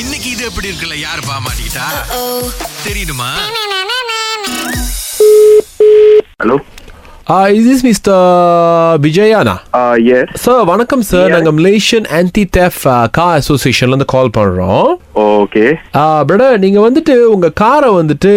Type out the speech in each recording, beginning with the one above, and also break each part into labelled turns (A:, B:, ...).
A: இன்னைக்கு இது எப்படி இருக்குல்ல யார் பாமாட்டா தெரியுமா
B: ஹலோ
C: இஸ் இஸ் மிஸ்டர் விஜயானா
B: எஸ்
C: சார் வணக்கம் சார்
B: Yeah.
C: நாங்கள் Malaysian uh, anti theft car அசோசியேஷன்லேருந்து கால் பண்ணுறோம்
B: ஓகே
C: பிரடர் நீங்கள் Uh, வந்துட்டு உங்கள் காரை வந்துட்டு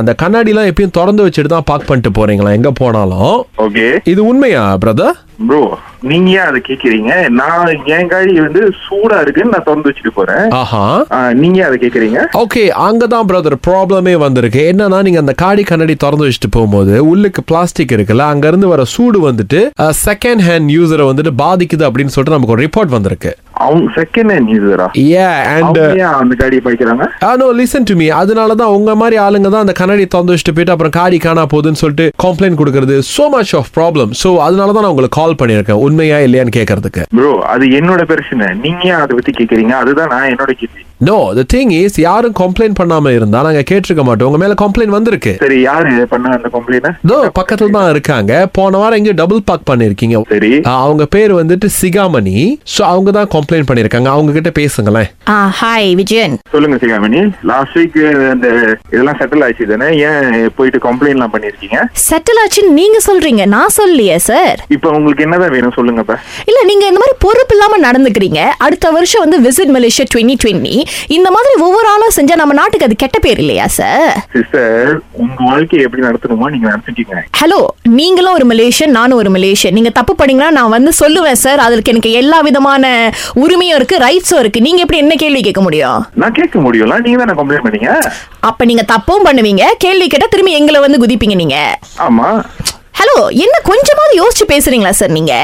C: அந்த கண்ணாடிலாம் எப்பயும் திறந்து வச்சுட்டு தான் பார்க் பண்ணிட்டு போகிறீங்களா எங்கே போனாலும்
B: ஓகே
C: இது உண்மையா பிரதர்
B: ப்ரோ நீங்க ஏன் அதை கேக்குறீங்க நான் என் காடி வந்து சூடா இருக்குன்னு நான் திறந்து வச்சுட்டு போறேன்
C: ஆஹா
B: ஆ, நீங்க ஏன் அதை கேக்குறீங்க
C: ஓகே அங்கே தான் பிரதர் ப்ராப்ளமே வந்திருக்கு என்னன்னா நீங்கள் அந்த காடி கண்ணாடி திறந்து வச்சுட்டு போகும்போது உள்ளுக்கு பிளாஸ்டிக் இருக்குல்ல அங்கேருந்து வர சூடு வந்துட்டு uh, செகண்ட் ஹேண்ட் யூசரை வந்துட்டு பாதிக்குது அப்படின்னு சொல்லிட்டு நமக்கு ஒரு ரிப்போர்ட் வந்திருக்கு
B: அவங்க செகண்ட் ஹேண்ட் யூசரா
C: ஏ அண்ட்
B: அவங்க ஏன் அந்த காடியை பாய்க்கிறாங்க
C: நோ லிசன் டு மீ அதனால தான் உங்க மாதிரி ஆளுங்க தான் அந்த கண்ணாடி திறந்து வச்சுட்டு போயிட்டு அப்புறம் காடி காணா போகுதுன்னு சொல்லிட்டு கம்ப்ளைண்ட் கொடுக்கறது so much of problem so அதனால தான் நான் உங்களுக்கு கால் பண்ணியிருக்கேன் உண்மையா இல்லையான்னு கேட்கறதுக்கு
B: ப்ரோ அது என்னோட பிரச்சனை நீங்க ஏன் அதை பத்தி கேக்குறீங்க அதுதான் நான் என்னோட கேள்வி
C: நோ த திங் இஸ் யாரும் கம்ப்ளைண்ட் பண்ணாம இருந்தா நாங்க கேட்டிருக்க மாட்டோம் உங்க மேல கம்ப்ளைண்ட் வந்திருக்கு
B: சரி யாரு பண்ண அந்த கம்ப்ளைண்ட்
C: தோ பக்கத்துல தான் இருக்காங்க போன வாரம் எங்கேயோ டபுள் பார்க் பண்ணிருக்கீங்க
B: சரி
C: ஆ, Ah, அவங்க பேர் வந்துட்டு சிகாமணி ஸோ அவங்க தான் கம்ப்ளைண்ட் பண்ணியிருக்காங்க அவங்க கிட்ட பேசுங்களேன்
D: ஆ ஹாய் விஜயன்
B: சொல்லுங்க சிகாமணி லாஸ்ட் வீக் அந்த இதெல்லாம் செட்டில் ஆயிடுச்சு தானே ஏன் போயிட்டு கம்ப்ளைண்ட் எல்லாம் பண்ணிருக்கீங்க
D: செட்டில் ஆச்சுன்னு நீங்க சொல்றீங்க நான் சொல்லலையே சார்
B: இப்ப உங்களுக்கு என்னதான் வேணும் சொல்லுங்க இப்ப
D: இல்ல நீங்க இந்த மாதிரி பொறுப்பு இல்லாம நடந்துக்கிறீங்க அடுத்த வருஷம் வந்து விசிட் மலேசியா 2020 இந்த மாதிரி ஒவ்வொரு ஆளும் செஞ்சா நம்ம நாட்டுக்கு அது கெட்ட பேர் இல்லையா சார்
B: சிஸ்டர் உங்க வாழ்க்கையை எப்படி நடத்தணுமோ நீங்க நடத்திட்டீங்க
D: ஹலோ நீங்களும் ஒரு மலேசியன் நானும் ஒரு மலேசியன் நீங்க தப்பு பண்ணீங்கன்னா நான் வந்து சொல்லுவேன் சார் அதுக்கு எனக்கு எல்லா விதமான உரிமையும் இருக்கு ரைட்ஸும் இருக்கு நீங்க எப்படி என்ன கேள்வி கேட்க முடியும்
B: நான் கேட்க முடியும்ல நீங்க தானே கம்ப்ளைண்ட் பண்ணீங்க
D: அப்ப நீங்க தப்பும் பண்ணுவீங்க கேள்வி கேட்டா திரும்பி எங்களை வந்து குதிப்பீங்க நீங்க
B: ஆமா
D: ஹலோ என்ன கொஞ்சமாவது யோசிச்சு பேசுறீங்களா சார் நீங்க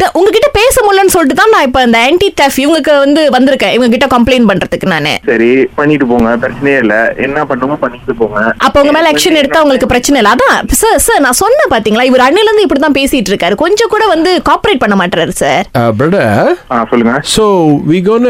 D: த- உங்ககிட்ட பேச முடியலன்னு சொல்லிட்டு தான் நான் இப்போ அந்த ஆன்டி டஃப் இவங்களுக்கு வந்து வந்திருக்கேன் இவங்க கிட்ட கம்ப்ளைண்ட் பண்றதுக்கு நானு
B: சரி பண்ணிட்டு போங்க பிரச்சனையே இல்ல என்ன பண்ணுமோ பண்ணிட்டு போங்க
D: அப்ப உங்க மேல ஆக்ஷன் எடுத்தா உங்களுக்கு பிரச்சனை இல்ல அதான் சார் சார் நான் சொன்னேன் பாத்தீங்களா இவர் அண்ணில இருந்து இப்படி தான் பேசிட்டு இருக்காரு கொஞ்சம் கூட வந்து காப்பரேட் பண்ண மாட்டாரு சார்
C: Ah, பிரடர்
B: ஆ சொல்லுங்க
C: so we gonna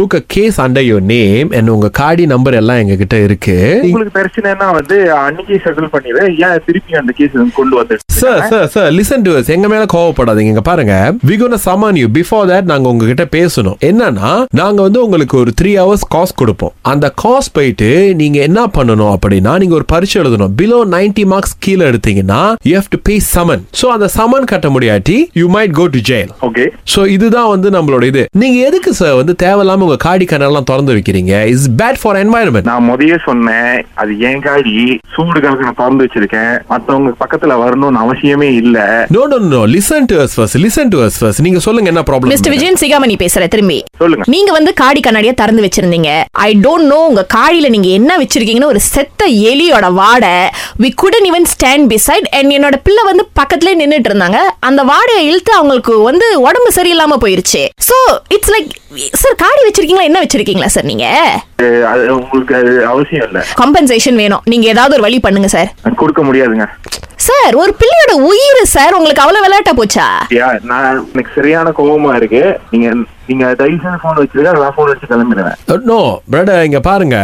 C: book a case under your name and உங்க காடி நம்பர் எல்லாம் எங்க கிட்ட இருக்கு
B: உங்களுக்கு பிரச்சனைனா வந்து அன்னைக்கே செட்டில் பண்ணிடு ஏன் திருப்பி அந்த கேஸ் கொண்டு வந்து
C: sir sir sir listen to us எங்க மேல கோவப்படாதீங்க இங்க பாருங்க we gonna summon you before that நாங்க உங்ககிட்ட பேசணும் என்னன்னா நாங்க வந்து உங்களுக்கு ஒரு த்ரீ ஹவர்ஸ் காஸ்ட் கொடுப்போம் அந்த காஸ்ட் போயிட்டு நீங்க என்ன பண்ணணும் அப்படின்னா நீங்க ஒரு பரீட்சை எழுதணும் பிலோ 90 மார்க்ஸ் கீழே எடுத்தீங்கன்னா you have to pay summon so அந்த சமன் கட்ட முடியாட்டி you might go to jail
B: okay
C: so இதுதான் வந்து நம்மளோட இது நீங்க எதுக்கு சார் வந்து தேவையில்லாம உங்க காடி கனெல்லாம் திறந்து வைக்கிறீங்க இஸ் பேட் ஃபார் என்வாயன்மெண்ட்
B: நான் முதையே சொன்னேன் அது என் காடி சூடுக்காக நான் திறந்து வச்சிருக்கேன் மத்தவங்க பக்கத்துல வரணும்னு அவசியமே இல்ல
C: no no no listen to us first listen to us first நீங்க சொல்லுங்க என்ன
D: மிஸ்டர்
C: ப்ராப்ளம்
D: விஜயன் சிகாமணி பேசுறேன் திரும்பி
B: சொல்லுங்க
D: நீங்க வந்து காடி கண்ணாடியா திறந்து வச்சிருந்தீங்க ஐ டோன்ட் நோ உங்க காடியில நீங்க என்ன வச்சிருக்கீங்கன்னு ஒரு செத்த எலியோட வாடை we couldn't even stand beside and என்னோட பிள்ளை வந்து பக்கத்துல நின்னுட்டு இருந்தாங்க அந்த வாடையை இழுத்து அவங்களுக்கு வந்து உடம்பு சரியில்லாம போயிருச்சு சோ இட்ஸ் லைக் சார் காடி வச்சிருக்கீங்களா என்ன வச்சிருக்கீங்களா சார் நீங்க
B: அஹ், அது உங்களுக்கு அது அவசியம் இல்ல
D: கம்பன்சேஷன் வேணும் நீங்க ஏதாவது ஒரு வழி பண்ணுங்க சார்
B: நான் கொடுக்க முடியாதுங்க
D: சார் ஒரு பிள்ளையோட உயிர் சார் உங்களுக்கு அவ்வளவு விளையாட்டா போச்சா
B: யா நான் எனக்கு சரியான கோவமா இருக்கு நீங்க நீங்க தயவு செய்து போன் வச்சிருக்க நான் போன் வச்சு கிளம்பிடுவேன்
C: நோ பிரட Uh, இங்க பாருங்க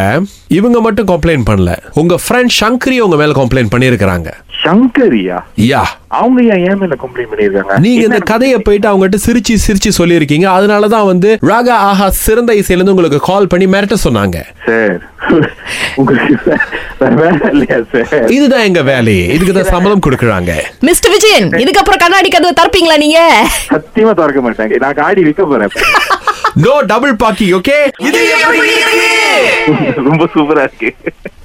C: இவங்க மட்டும் கம்ப்ளைண்ட் பண்ணல உங்க ஃப்ரெண்ட் சங்கரி உங்க மேல கம்ப்ளைண்ட் பண்ணியிருக்கிறாங்க
B: சங்கரியா
C: யா
B: அவங்க ஏன் ஏன் மேல கம்ப்ளைண்ட் பண்ணிருக்காங்க
C: நீங்க இந்த கதையை போயிட்டு அவங்ககிட்ட சிரிச்சு சிரிச்சு சொல்லியிருக்கீங்க அதனால தான் வந்து ராகா ஆஹா சிறந்த இசையிலேருந்து உங்களுக்கு கால் பண்ணி மிரட்ட சொன்னாங்க
B: சார் உங்களுக்கு வேற வேலை இல்லையா சார்
C: இதுதான் எங்க வேலையே இதுக்கு தான் சம்பளம் கொடுக்குறாங்க
D: மிஸ்டர் விஜயன் இதுக்கப்புறம் கண்ணாடி கதவை திறப்பீங்களா நீங்க
B: சத்தியமா திறக்க மாட்டாங்க நான் காடி விற்க போறேன்
C: நோ டபுள் பாக்கி ஓகே
B: ரொம்ப சூப்பரா இருக்கு